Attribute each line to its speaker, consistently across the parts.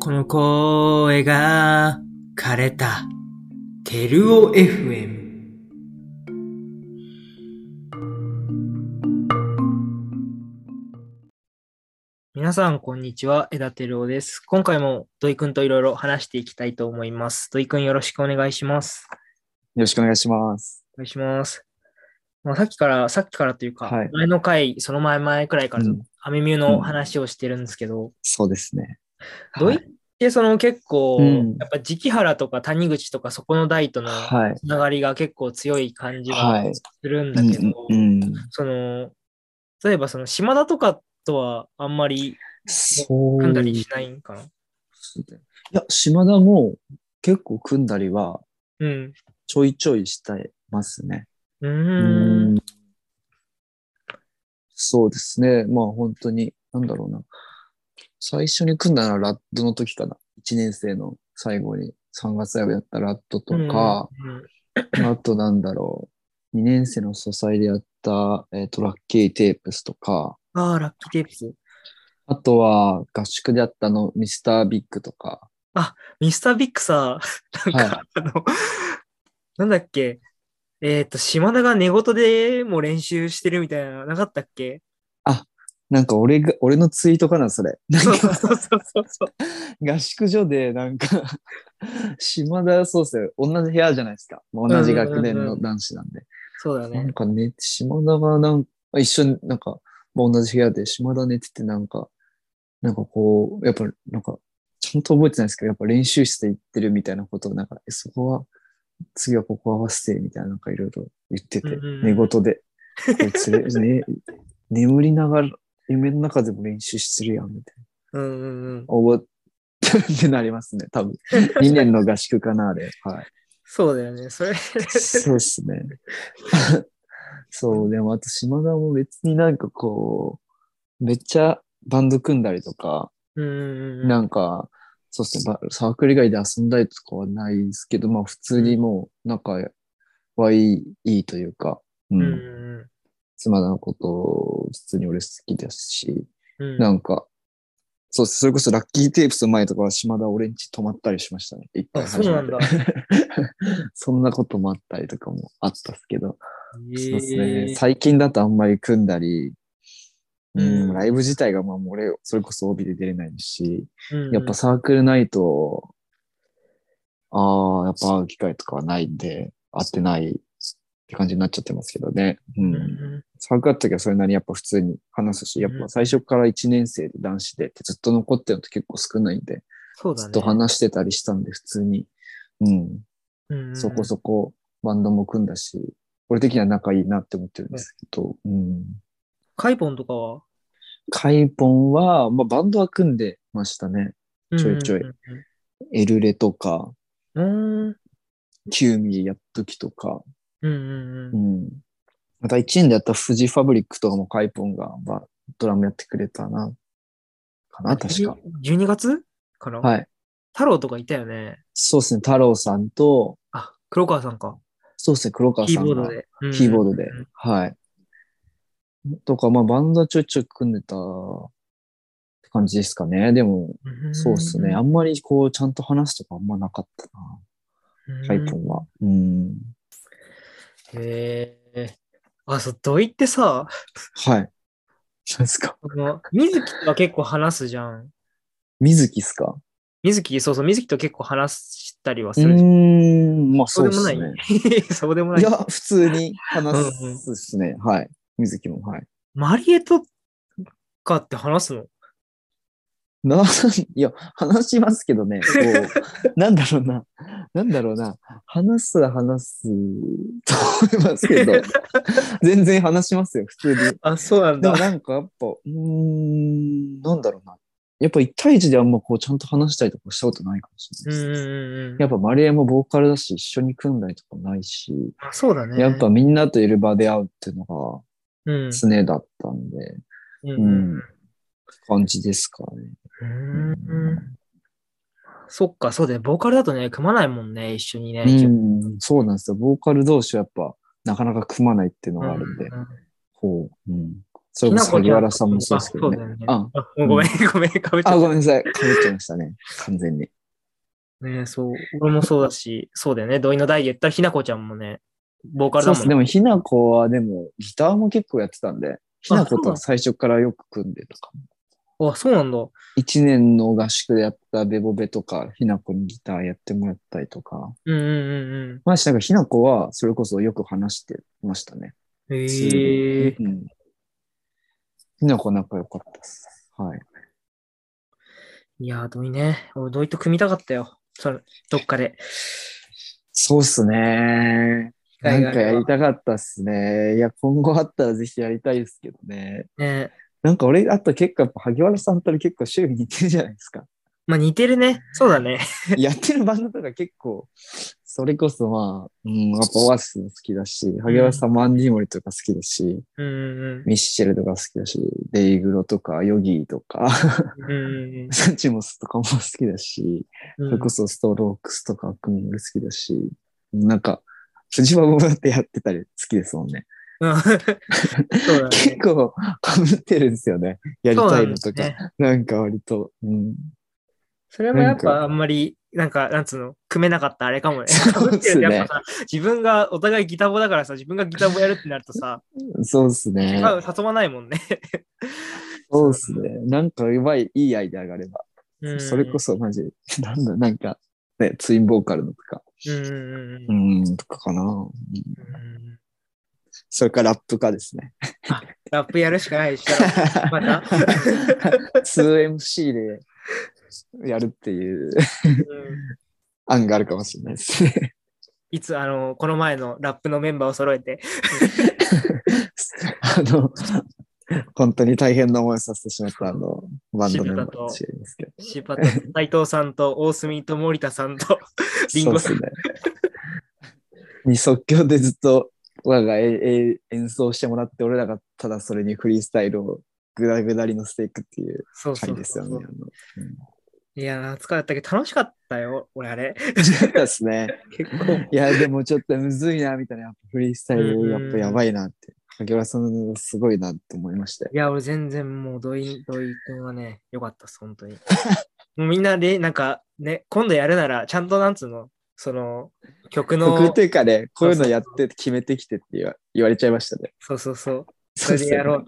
Speaker 1: この声が枯れたテルオ fm
Speaker 2: 皆さん、こんにちは。枝照夫です。今回も土井くんといろいろ話していきたいと思います。土井くんよろしくお願いします。
Speaker 3: よろしくお願いします。
Speaker 2: お願いします。まあ、さっきから、さっきからというか、
Speaker 3: はい
Speaker 2: 前の回、その前前くらいからずっと
Speaker 3: うん
Speaker 2: アメミューの話をしてるんですけど、
Speaker 3: そうですね。
Speaker 2: 土井ってその結構、
Speaker 3: うん
Speaker 2: やっぱ時期原とか谷口とかそこの代との
Speaker 3: はい。
Speaker 2: つながりが結構強い感じ
Speaker 3: は
Speaker 2: が
Speaker 3: い
Speaker 2: するん
Speaker 3: う
Speaker 2: だけど、
Speaker 3: んうんうん、
Speaker 2: その、例えばその島田とかとはあんまり
Speaker 3: そう。
Speaker 2: 組んだりしないんかな。
Speaker 3: いや、島田も結構組んだりは
Speaker 2: うん。
Speaker 3: ちょいちょいしてますね。
Speaker 2: う
Speaker 3: う
Speaker 2: ーん。
Speaker 3: んそうですね。まあ本当に、なんだろうな。最初に組んだのはラッドの時かな。1年生の最後に3月ライブやったラッドとか、
Speaker 2: うん
Speaker 3: あとなんだろう。2年生の素材でやった、えっ、と、ラッキーテープスとか、
Speaker 2: ああ、ラッキーテープス。
Speaker 3: あとは、合宿であったあの、ミスタービッグとか。
Speaker 2: ミスタービッグさ、なんか、
Speaker 3: は
Speaker 2: あの、なんだっけ、えっ、と、島田が寝言でも練習してるみたいなのなかったっ け
Speaker 3: なんか俺が、俺のツイートかな、そ れ。なん
Speaker 2: そうそう
Speaker 3: か、
Speaker 2: そうそうそう。
Speaker 3: 合宿所で、なんか、 島田、そうっすよ。同じ部屋じゃないですか。まあ同じ学年の男子なんで。
Speaker 2: そうだよ
Speaker 3: な
Speaker 2: ね
Speaker 3: ん。かね、島田がなんか、一緒になんか、まあ、同じ部屋で島田寝てて、なんか、なんかこう、やっぱ、なんか、ちゃんと覚えてないですけど、やっぱ練習室で行ってるみたいなことを、なんか、えそこは、次はここ合わせて、みたいな、なんかいろいろ言ってて
Speaker 2: うんうん、
Speaker 3: 寝言で。こいつれ、 ね、眠りながら、夢の中でも練習してるやん、みたいな。
Speaker 2: うんうんうん。
Speaker 3: 覚え ってなりますね、 多分。2年の合宿かな、あれ。はい。
Speaker 2: そうだよね。それ、
Speaker 3: そうですね。 そう、でもあと島田も別になんかこう、めっちゃバンド組んだりとか、
Speaker 2: うんうんうん。
Speaker 3: なんか、そうですね、ばサークル以外で遊んだりとかはないですけど、まあ普通にもう仲はいい、いいというか、う、
Speaker 2: うんんうん
Speaker 3: 妻のこと、普通に俺好きだし、
Speaker 2: うん。うん
Speaker 3: なんか、そうっすそれこそラッキーテープスの前とかは島田俺んち泊まったりしましたね。一回
Speaker 2: あ、そうなんだ。
Speaker 3: 初めて そんなこともあったりとかもあったっすけど、そうです
Speaker 2: へ
Speaker 3: ね。
Speaker 2: ー
Speaker 3: 最近だとあんまり組んだり、う
Speaker 2: うん
Speaker 3: ん、ライブ自体がまあもう俺、それこそ帯で出れないし、
Speaker 2: うんうん
Speaker 3: やっぱサークルないと、ああ、やっぱ会う機会とかはないんで、会ってないって感じになっちゃってますけどね。う。
Speaker 2: うんん
Speaker 3: サークルあった時はそれなりにやっぱ普通に話すし、やっぱ最初から1年生で男子でってずっと残ってるのって結構少ないんで、
Speaker 2: そうだ
Speaker 3: ず
Speaker 2: ね。
Speaker 3: っと話してたりしたんで普通に、うん、
Speaker 2: うんうん
Speaker 3: そこそこバンドも組んだし、俺的には仲いいなって思ってるんですけど、うん。
Speaker 2: カイポンとかは
Speaker 3: カイポンは、まあ、バンドは組んでましたね。ちょいちょい
Speaker 2: うん
Speaker 3: エルレとか、
Speaker 2: うんうん。う
Speaker 3: キューミーやっときとか、
Speaker 2: ーんうんうん
Speaker 3: う。ん。また1年でやったフジファブリックとかもカイポンが、まあ、ドラムやってくれたな、かな、確か。
Speaker 2: 12月かな
Speaker 3: はい。
Speaker 2: 太郎とかいたよね。
Speaker 3: そうですね、太郎さんと、
Speaker 2: あ、黒川さんか。
Speaker 3: そうですね、黒川
Speaker 2: キ
Speaker 3: さ
Speaker 2: ー
Speaker 3: ん
Speaker 2: ボード
Speaker 3: が、
Speaker 2: で。うん
Speaker 3: キーボードで
Speaker 2: うん、
Speaker 3: はい。とか、まあ、バンドはちょいちょい組んでたって感じですかね。でも、そうですね。あんまりこう、ちゃんと話すとかあんまなかったな、
Speaker 2: うん
Speaker 3: カイポンは。うん。
Speaker 2: へえ。あ、そう、土井ってさ、
Speaker 3: はい。そうですか。
Speaker 2: この水木とは結構話すじゃん。
Speaker 3: 水木っすか
Speaker 2: 水木、そうそう、水木と結構話したりは
Speaker 3: う
Speaker 2: するじゃん。
Speaker 3: ーん、まあ
Speaker 2: そ
Speaker 3: そうう
Speaker 2: で
Speaker 3: で
Speaker 2: も
Speaker 3: す
Speaker 2: な
Speaker 3: ね。
Speaker 2: い。 そうでもないい。
Speaker 3: や、普通に話すっすね。はい。水木も、はい。
Speaker 2: マリエとかって話すの
Speaker 3: な、 いや、話しますけどね、こ う、なんだろうな、なんだろうな、話すは話すと思いま すけど、全然話しますよ、普通に。
Speaker 2: あ、そうなん
Speaker 3: で
Speaker 2: だ
Speaker 3: も。なんかやっぱ、うーん、なんだろうな。やっぱ一対一であんまこうちゃんと話したりとかしたことないかもし
Speaker 2: う
Speaker 3: れ
Speaker 2: ん
Speaker 3: ないです。
Speaker 2: うんうんうん。
Speaker 3: やっぱマリエもボーカルだし、一緒に組んだりとかないし、
Speaker 2: あそうだね。
Speaker 3: やっぱみんなといる場で会うっていうの
Speaker 2: うん、
Speaker 3: が常だったんで、
Speaker 2: うん
Speaker 3: う
Speaker 2: うん
Speaker 3: ん、感じですかね。
Speaker 2: うーん。そっか、そうだね。ボーカルだとね、組まないもんね、一緒にね。
Speaker 3: うん、そうなんですよ。ボーカル同士はやっぱ、なかなか組まないっていうのがあるんで、
Speaker 2: うんうん
Speaker 3: こう、うん、それこそ萩原さんもそうですけどね
Speaker 2: あそうだよね。
Speaker 3: あ、
Speaker 2: あごめん、ごめん、かぶっちゃ
Speaker 3: あ、
Speaker 2: っ
Speaker 3: ごめんなさい。かぶっちゃいましたね。完全に。
Speaker 2: た。ねそう。俺もそうだし、そうだよね。土井の代で言ったら、ひなこちゃんもね、ボーカルだ
Speaker 3: そう
Speaker 2: もん
Speaker 3: です。でも、ひなこはでも、ギターも結構やってたんで、ひなことは最初からよく組んでとか。
Speaker 2: あ、そうなんだ。
Speaker 3: 一年の合宿でやったベボベとか、ひなこにギターやってもらったりとか。
Speaker 2: うんうんうん
Speaker 3: まあ、なんかひなこは、それこそよく話してましたね。
Speaker 2: うん。へえ。
Speaker 3: うん。ひなこ仲良かったです。はい。
Speaker 2: いやー、土井ね。俺、土井と組みたかったよ。それどっかで。
Speaker 3: そうっすね。
Speaker 2: 海
Speaker 3: な
Speaker 2: 外
Speaker 3: んか
Speaker 2: は
Speaker 3: やりたかったっすね。いや、今後あったらぜひやりたいですけどね。
Speaker 2: ね
Speaker 3: なんか俺、あと結構やっぱ萩原さんと結構趣味似てるじゃないですか。
Speaker 2: まあ、似てるね。そうだね。
Speaker 3: やってるバンドとか結構、それこそまあ、うん、やっぱオアシスも好きだし、萩原さんもアンディモリとか好きだし、
Speaker 2: うんうん
Speaker 3: ミッシェルとか好きだし、デイグロとかヨギーとか、
Speaker 2: うん。うん
Speaker 3: サチモスとかも好きだし、
Speaker 2: うん
Speaker 3: それこそストロークスとかアクミも好きだし、なんか、藤場もだってやってたり好きですもんね。
Speaker 2: うん そうだ
Speaker 3: 結
Speaker 2: ね。
Speaker 3: 構被ってるんですよね。やり
Speaker 2: そう
Speaker 3: た
Speaker 2: ないん
Speaker 3: の
Speaker 2: です
Speaker 3: とか。
Speaker 2: ね。
Speaker 3: なんか割と、うん。
Speaker 2: それもやっ
Speaker 3: なん
Speaker 2: ぱあんまり、なんか、なんつうの、組めなかったあれかもね。
Speaker 3: そうっすね
Speaker 2: やっぱさ、自分が、お互いギターボだからさ、自分がギターボやるってなるとさ、
Speaker 3: そうですね。
Speaker 2: まあ誘わないも んね。
Speaker 3: そうですね。なんかうまい、いいアイデアがあれば。
Speaker 2: うん
Speaker 3: それこそマジ、なんだ、なんか、ね、ツインボーカルのとか、
Speaker 2: うんうん
Speaker 3: う
Speaker 2: うん。
Speaker 3: ん、とかかな。うん
Speaker 2: うん
Speaker 3: それからラップかですね。
Speaker 2: ラップやるしかないでし ょ。また
Speaker 3: 2MC でやるってい
Speaker 2: う
Speaker 3: う
Speaker 2: ん
Speaker 3: 案があるかもしれないですね。
Speaker 2: いつ、あの、この前のラップのメンバーを揃えて、
Speaker 3: あの、本当に大変な思いをさせてしまったあの、バンドメンバーかもしれないですけど。
Speaker 2: 柴田、斎藤さんと大隅と森田さん と、リンゴ
Speaker 3: そうで
Speaker 2: さ
Speaker 3: す
Speaker 2: ん
Speaker 3: ね。に即興でずっと我がええ演奏してもらって、俺らがただそれにフリースタイルをぐだぐだりのしていくっていう
Speaker 2: そうそ
Speaker 3: 回
Speaker 2: う
Speaker 3: です
Speaker 2: そ
Speaker 3: よ
Speaker 2: う
Speaker 3: ね。あの
Speaker 2: いやー、疲れたけど楽しかったよ、俺あれ。
Speaker 3: そうで すね。結構。いや、でもちょっとむずいな、みたいな。やっぱフリースタイル、やっぱやばいなって。萩原さん、すごいなって思いましたよ。
Speaker 2: いや、俺全然もう土井、土井君はね、よかったっす、本当に。もうみんなで、なんかね、今度やるなら、ちゃんとなんつうの、その、曲の
Speaker 3: 僕、というかね、こういうのやって決めてきてって言わ言われちゃいましたね。
Speaker 2: そうそうそう、そ
Speaker 3: そ
Speaker 2: れ
Speaker 3: うで
Speaker 2: ですやろう
Speaker 3: ね
Speaker 2: っ。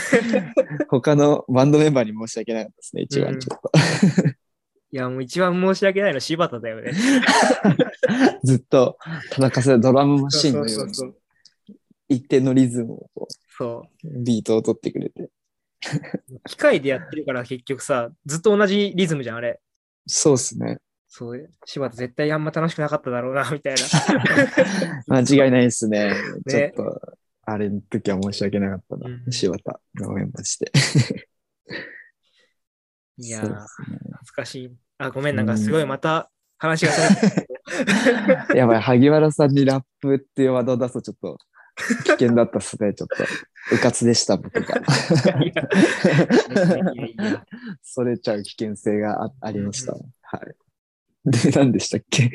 Speaker 2: つって。
Speaker 3: 他のバンドメンバーに申し訳なかったですね、一
Speaker 2: うん
Speaker 3: 番ちょっと。
Speaker 2: いや、もう一番申し訳ないのは柴田だよね。
Speaker 3: ずっと叩かせるドラムマシンのよ
Speaker 2: そうう
Speaker 3: に
Speaker 2: そうそう。
Speaker 3: 一定のリズムをこ
Speaker 2: そう
Speaker 3: ビートを取ってくれて。
Speaker 2: う機械でやってるから結局さ、ずっと同じリズムじゃん、あれ。
Speaker 3: そうですね。
Speaker 2: そう、柴田絶対あんま楽しくなかっただろうな、 みた いな。
Speaker 3: 間違いないですね。
Speaker 2: ね
Speaker 3: ちょっと、あれの時は申し訳なかったな。
Speaker 2: うん
Speaker 3: 柴田のメンバーして。
Speaker 2: いやー、
Speaker 3: そうで
Speaker 2: 懐かしい。あ、ごめん、なんかすごいまた話がそれた
Speaker 3: やばい、萩原さんにラップっていうワードを出すとちょっと危険だったっす ね。ちょっと、うかつでした、僕が。
Speaker 2: いやいやいやいや。
Speaker 3: それちゃう危険性があありました。はい。で、何でしたっけ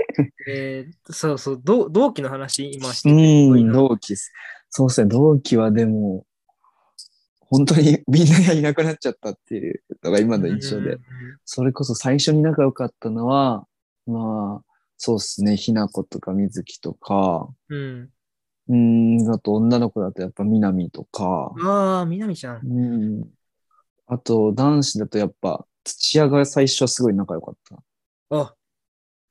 Speaker 2: えーっと、そうそう、同同期の話、今して
Speaker 3: う
Speaker 2: てすごい
Speaker 3: ん、
Speaker 2: な
Speaker 3: 同期っす。そうですね、同期はでも、本当にみんながいなくなっちゃったっていうのが今の印象で。それこそ最初に仲良かったのは、まあ、そうですね、ひなことかみずきとか、
Speaker 2: うん。
Speaker 3: うん、あと女の子だとやっぱみなみとか、
Speaker 2: ああ、みなみちゃん。
Speaker 3: うん。あと男子だとやっぱ土屋が最初はすごい仲良かった。
Speaker 2: あ、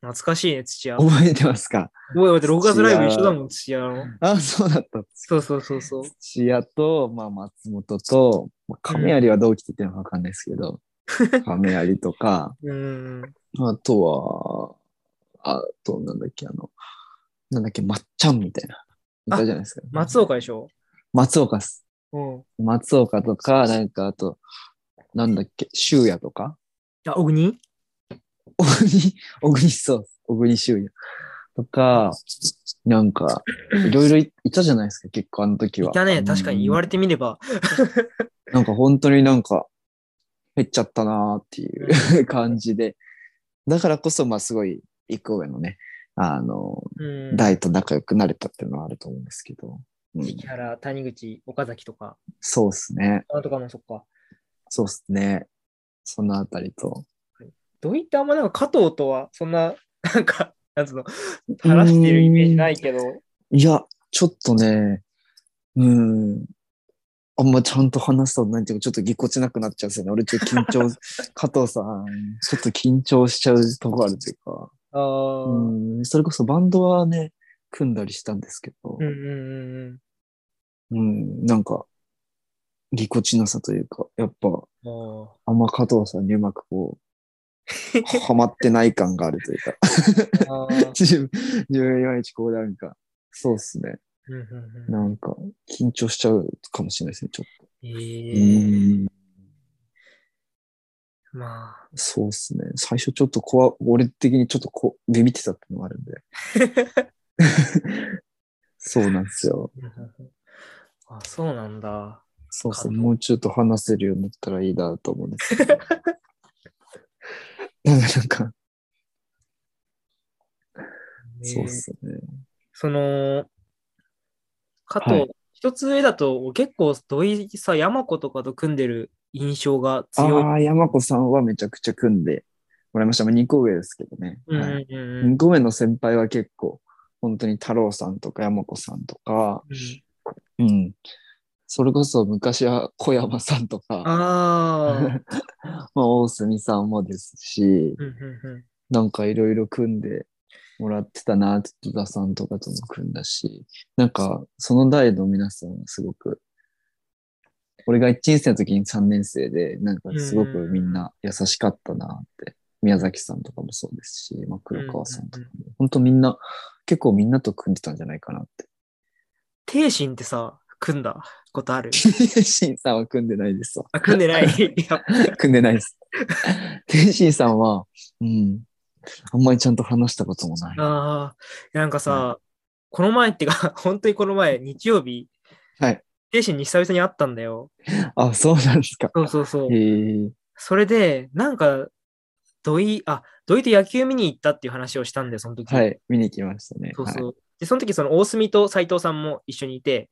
Speaker 2: 懐かしいね、土屋。おい
Speaker 3: 覚えてますか
Speaker 2: おい、6月ライブ一緒だもん、土屋の。
Speaker 3: あ、そうだった。
Speaker 2: そうそうそうそう。
Speaker 3: 土屋と、まあ、松本と、まあ亀有は同期って言ってるのかわかんないですけ ど、亀有とか、
Speaker 2: うん。
Speaker 3: あとは、あと、なんだっけ、あの、なんだっけ、まっちゃんみたいな。いたじゃないですか。
Speaker 2: 松岡でしょ
Speaker 3: 松岡っす。
Speaker 2: うん。
Speaker 3: 松岡とか、なんか、あと、なんだっけ、修也とか。
Speaker 2: あ、小国
Speaker 3: 小国、小国そうっす。小国修也。とか、なんか、いろいろいいたじゃないですか、結構あの時
Speaker 2: い
Speaker 3: は。
Speaker 2: たね、確かに言わ
Speaker 3: れ
Speaker 2: れてみれ ば。
Speaker 3: なんか本当になんか、減っちゃったなーっていう感じで。だからこそ、まあすごい、一個上のね、あの、
Speaker 2: うん。
Speaker 3: 大と仲良くなれたっていうのはあると思うんですけど。うん
Speaker 2: 関原、谷口、岡崎とか、
Speaker 3: そうですね。
Speaker 2: あとかもそっか。
Speaker 3: そうですね。そのあたりと。
Speaker 2: どういったあんまなんか加藤とは、そんな、なんか、なんつうの、話してるイメージないけど、
Speaker 3: いや、ちょっとね、うん。あんまちゃんと話したことないっていうか、ちょっとぎこちなくなっちゃうんですよね。俺ちょっと緊張、加藤さん、ちょっと緊張しちゃうとこあるというか。
Speaker 2: ああ、
Speaker 3: う
Speaker 2: うん
Speaker 3: ん、それこそバンドはね、組んだりしたんですけど
Speaker 2: うんう、んうん。
Speaker 3: うん、なんか、ぎこちなさというか、やっぱ、
Speaker 2: あー
Speaker 3: あんま加藤さんにうまくこう、はまってない感があるというか、
Speaker 2: あー
Speaker 3: 自分、自分いまいちこうなんか、そうっすね。
Speaker 2: うんうんうん
Speaker 3: なんか、緊張しちゃうかもしれないですね、ちょっ
Speaker 2: え
Speaker 3: と。
Speaker 2: ー、
Speaker 3: うん
Speaker 2: まあ、
Speaker 3: そうっすね。最初ちょっと怖、俺的にちょっとこビビってたってのもあるん で。そうなんですよ。
Speaker 2: うんうんうんあ、そうなんだ。
Speaker 3: そうそう、
Speaker 2: あ
Speaker 3: もうちょっと話せるようになったらいいなと思うんです けど。なんか、なんか、そうっ
Speaker 2: ね
Speaker 3: すね。
Speaker 2: その、加
Speaker 3: は
Speaker 2: 藤
Speaker 3: い、
Speaker 2: 一、つ上だと、結構、土井さ、山子とかと組んでる印象が強い。
Speaker 3: ああ、山子さんはめちゃくちゃ組んでもらいました。まあ、2個上ですけどね。
Speaker 2: うんう
Speaker 3: は
Speaker 2: ん
Speaker 3: い、
Speaker 2: うんうん
Speaker 3: 2個上の先輩は結構、本当に太郎さんとか山子さんとか、
Speaker 2: うん
Speaker 3: うん。それこそ昔は小山さんとか、
Speaker 2: ああ。
Speaker 3: まあ、大隅さんもですし、
Speaker 2: うんうん うん
Speaker 3: なんかいろいろ組んでもらってたな、戸田さんとかとも組んだし、なんかその代の皆さんはすごく、俺が1年生の時に3年生で、なんかすごくみんな優しかったなって、宮崎さんとかもそうですし、まあ、黒川さんとかも、本当みんな、結構みんなと組んでたんじゃないかなって。
Speaker 2: 天心ってさ、組んだこと ある
Speaker 3: シンさんは組んでないですわ。
Speaker 2: あ、組んで ない。いや
Speaker 3: 組んでないです。 天心さんは、うん、あんまりちゃんと話したこともない。
Speaker 2: あーなんかさ、この前ってか、 本当にこの前、日曜日、
Speaker 3: はい。
Speaker 2: 天心に久々に会ったんだよ。
Speaker 3: あ、そうなんですか。
Speaker 2: そうそうそう
Speaker 3: へ。え。
Speaker 2: それで、なんか、土井、あ、土井と野球見に行ったっていう話をしたんだよ、その時。
Speaker 3: はい、見に行きましたね。
Speaker 2: そうそう。
Speaker 3: はい、
Speaker 2: で、その時、その大隅と斎藤さんも一緒にいて、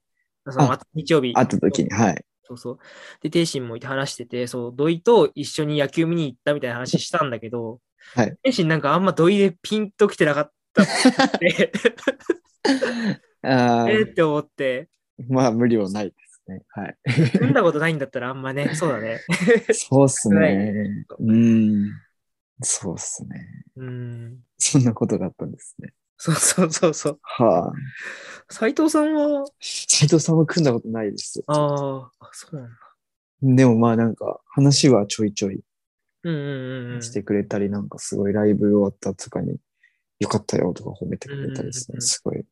Speaker 2: その
Speaker 3: あ
Speaker 2: 日曜日。
Speaker 3: 会った時に、はい。
Speaker 2: そうそう。で、天心もいて話してて、そう、土井と一緒に野球見に行ったみたいな話したんだけど、
Speaker 3: はい
Speaker 2: 天心なんかあんま土井でピンときてなかったっぽく て
Speaker 3: あ
Speaker 2: えー
Speaker 3: ー
Speaker 2: って思って、
Speaker 3: まあ、無理はないですね。 はい。
Speaker 2: 組んだことないんだったらあんまね、そうだね。
Speaker 3: そうっす
Speaker 2: ない
Speaker 3: ね。うん。そうっすね。
Speaker 2: うん。
Speaker 3: そんなことがあったんですね。
Speaker 2: そうそうそうそう。
Speaker 3: はあ。
Speaker 2: 斎藤さんは、
Speaker 3: 斎藤さんは組んだことないです。
Speaker 2: あーあ、そうなんだ。
Speaker 3: でもまあなんか話はちょいちょい
Speaker 2: うんうんうんうん。
Speaker 3: してくれたり、なんかすごいライブ終わったとかに、よかったよとか褒めてくれたりです
Speaker 2: うんうんう
Speaker 3: ね。
Speaker 2: ん
Speaker 3: すごい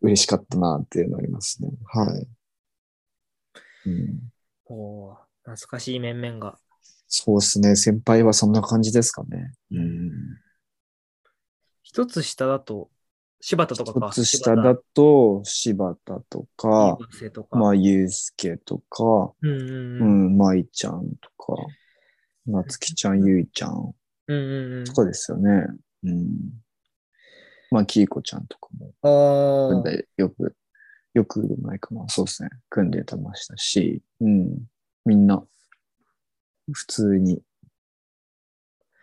Speaker 3: 嬉しかったなっていうのありますね。はい。うん、
Speaker 2: おー懐かしい面々が。
Speaker 3: そうですね。先輩はそんな感じですかね。うん。
Speaker 2: 一つ下だと、柴田とかか。
Speaker 3: 一つ下だと、柴田と
Speaker 2: 柴
Speaker 3: か、
Speaker 2: 田生とか。
Speaker 3: まあ、ゆうすけとか、
Speaker 2: うんうん
Speaker 3: う
Speaker 2: うん。
Speaker 3: ん、まいちゃんとか、なつきちゃん、ゆいちゃん
Speaker 2: うんうんうん
Speaker 3: と。かですよね。うん。まあ、きいこちゃんとかも。
Speaker 2: あ
Speaker 3: 組ん
Speaker 2: ー
Speaker 3: でよく、よくでもないかな。そうですね。組んでたましたし、うん。みんな、普通に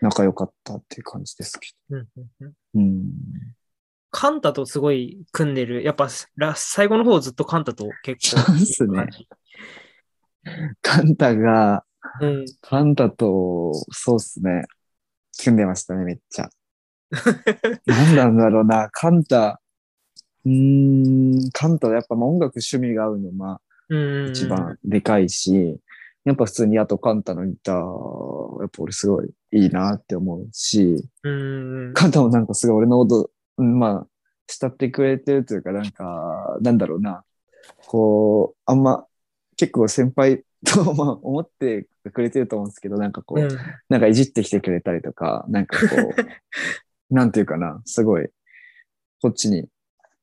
Speaker 3: 仲良かったっていう感じですけ
Speaker 2: うんうんうん。
Speaker 3: ど。うん。
Speaker 2: カンタとすごい組んでる。やっぱラ最後の方ずっとカンタと結構。
Speaker 3: そうっすねカンタが、
Speaker 2: うん。
Speaker 3: カンタと、そうですね。組んでましたね、めっちゃ。なんなんだろうな。カンタ、うーん、カンタはやっぱまあ音楽趣味が合うの、まあ、
Speaker 2: うんうんうん。
Speaker 3: 一番でかいし、やっぱ普通にあとカンタのギター、やっぱ俺すごいいいなって思うし、
Speaker 2: うんうんうん。
Speaker 3: カンタもなんかすごい俺の音、うんまあ、慕ってくれてるというか、なんか、なんだろうな、こう、あんま、結構先輩と、 まあ、思ってくれてると思うんですけど、なんかこう、
Speaker 2: うん
Speaker 3: なんかいじってきてくれたりとか、なんかこう、なんていうかな、すごい、こっちに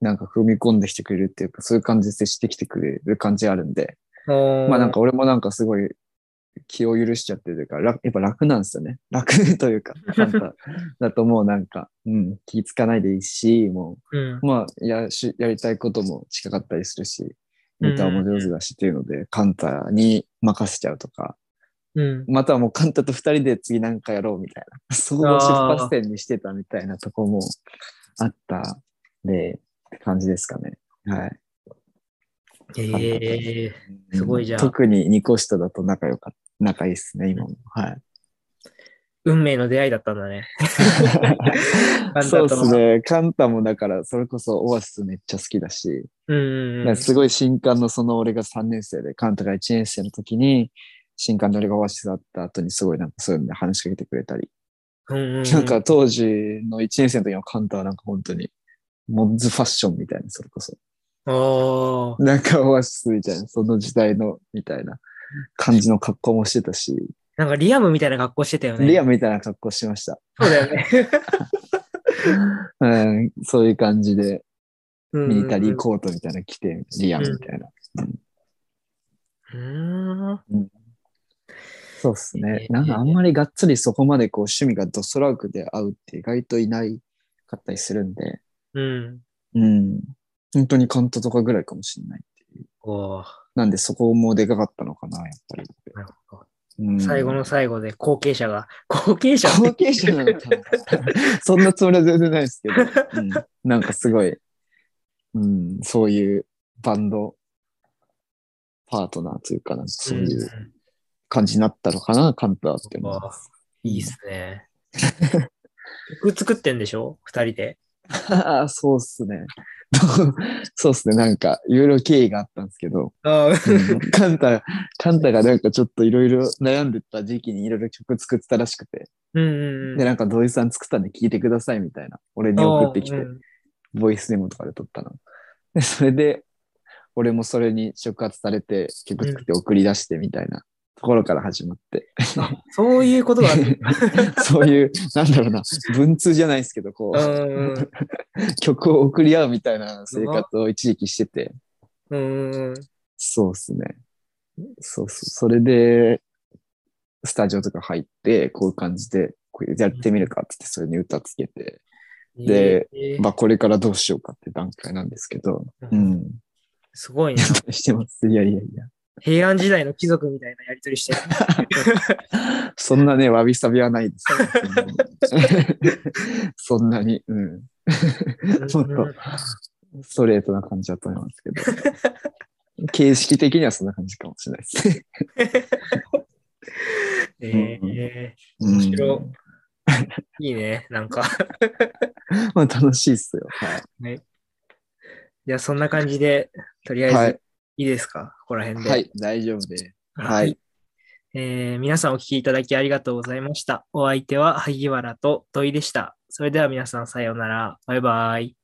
Speaker 3: なんか踏み込んできてくれるっていうか、そういう感じで接してきてくれる感じあるんで、まあなんか俺もなんかすごい気を許しちゃってるというか、らやっぱ楽なんですよね。 楽というか、なんか、だともうなんか、うん、気つかないでいいし、も
Speaker 2: うん
Speaker 3: う、。まあ、やし、やりたいことも近かったりするし、ネタも上手だしっていうので、カンタに任せちゃうとか、
Speaker 2: うん。
Speaker 3: またはもうカンタと二人で次なんかやろうみたいな、 総合出発点にしてたみたいなとこもあったんで、って感じですかね。はい。
Speaker 2: ええすごいじゃん
Speaker 3: 特に2個下だと仲良かった。仲いいっすね、今も。 はい。
Speaker 2: 運命の出会いだったんだね。タと
Speaker 3: そうですね。カンタもだから、それこそオアシスめっちゃ好きだし、
Speaker 2: うんうんう
Speaker 3: なん
Speaker 2: ん。
Speaker 3: かすごい新刊のその俺が3年生で、カンタが1年生の時に、新刊の俺がオアシスだった後にすごいなんかそういうので話しかけてくれたり、
Speaker 2: うんうんうん
Speaker 3: なんか当時の1年生の時のカンタはなんか本当に、モンズファッションみたいな、それこそ。
Speaker 2: おー
Speaker 3: なんかオアシスみたいな、その時代のみたいな感じの格好もしてたし、
Speaker 2: なんかリアムみたいな格好してたよね。
Speaker 3: リ
Speaker 2: ア
Speaker 3: アムみたいな格好してました。
Speaker 2: そうだよ ね。
Speaker 3: うん、そういう感じで、
Speaker 2: うんうんうん
Speaker 3: ミリタリーコートみたいなの着て、リアムみたいな。
Speaker 2: うーん。
Speaker 3: そうっす
Speaker 2: え。
Speaker 3: ね
Speaker 2: ー
Speaker 3: なんかあんまりがっつりそこまでこう趣味がドストラークで合うって意外といないかったりするんで、
Speaker 2: うん。
Speaker 3: うん。本当にカントとかぐらいかもしれないっていう。
Speaker 2: おー
Speaker 3: なんでそこもでかかったのかな、やっぱり。
Speaker 2: なるほど。
Speaker 3: うん、
Speaker 2: 最後の最後で後継者が、後継者って
Speaker 3: 後継者な のかなそんなつもりは全然ないですけど、うん、なんかすごい、うん、そういうバンドパートナーというかなんかそういう感じになったのかな、カンタって思います。
Speaker 2: うんいいっす ね。曲作ってんでしょ二人で。
Speaker 3: ああ、 そうっすね。そうっすね。なんか、いろいろ経緯があったんですけど、
Speaker 2: あ
Speaker 3: うん カンタ、カンタがなんかちょっといろいろ悩んでた時期にいろいろ曲作ってたらしくて、
Speaker 2: うんうんう
Speaker 3: で、
Speaker 2: ん。
Speaker 3: なんか土井さん作ったんで聴いてくださいみたいな、俺に送ってき
Speaker 2: あ
Speaker 3: て
Speaker 2: ーう、ん
Speaker 3: ボイスメモとかで撮ったの。 で、それで、俺もそれに触発されて、曲作って送り出してみたいなところから始まって、
Speaker 2: そういうことがあ る。
Speaker 3: そういう、なんだろうな、文通じゃないですけど、こ
Speaker 2: う
Speaker 3: う、
Speaker 2: んうん
Speaker 3: 曲を送り合うみたいな生活を一時期してて、
Speaker 2: うんうんうん。
Speaker 3: そうですね。そうそう。それで、スタジオとか入って、こういう感じで、こうやってみるかってって、それに歌つけて、で
Speaker 2: えー、
Speaker 3: まあこれからどうしようかって段階なんですけど、うん。
Speaker 2: すごいね。
Speaker 3: してます。いやいやいや。
Speaker 2: 平安時代の貴族みたいなやりとりしてる。
Speaker 3: そんなね、わびさびはない ですよ。そんなに、うん。 ちょっと、ストレートな感じだと思いますけど。形式的にはそんな感じかもしれないです ね。
Speaker 2: えー、
Speaker 3: 面
Speaker 2: 白いいね、なんか。
Speaker 3: まあ楽しいっすよ。はい。
Speaker 2: じゃあそんな感じで、とりあえず、
Speaker 3: はい
Speaker 2: い、いですか、ここら辺で。
Speaker 3: はい、大丈夫です。
Speaker 2: は
Speaker 3: はいい。
Speaker 2: えー皆さんお聞きいただきありがとうございました。お相手は萩原と土井でした。それでは皆さんさようなら。バイバイ。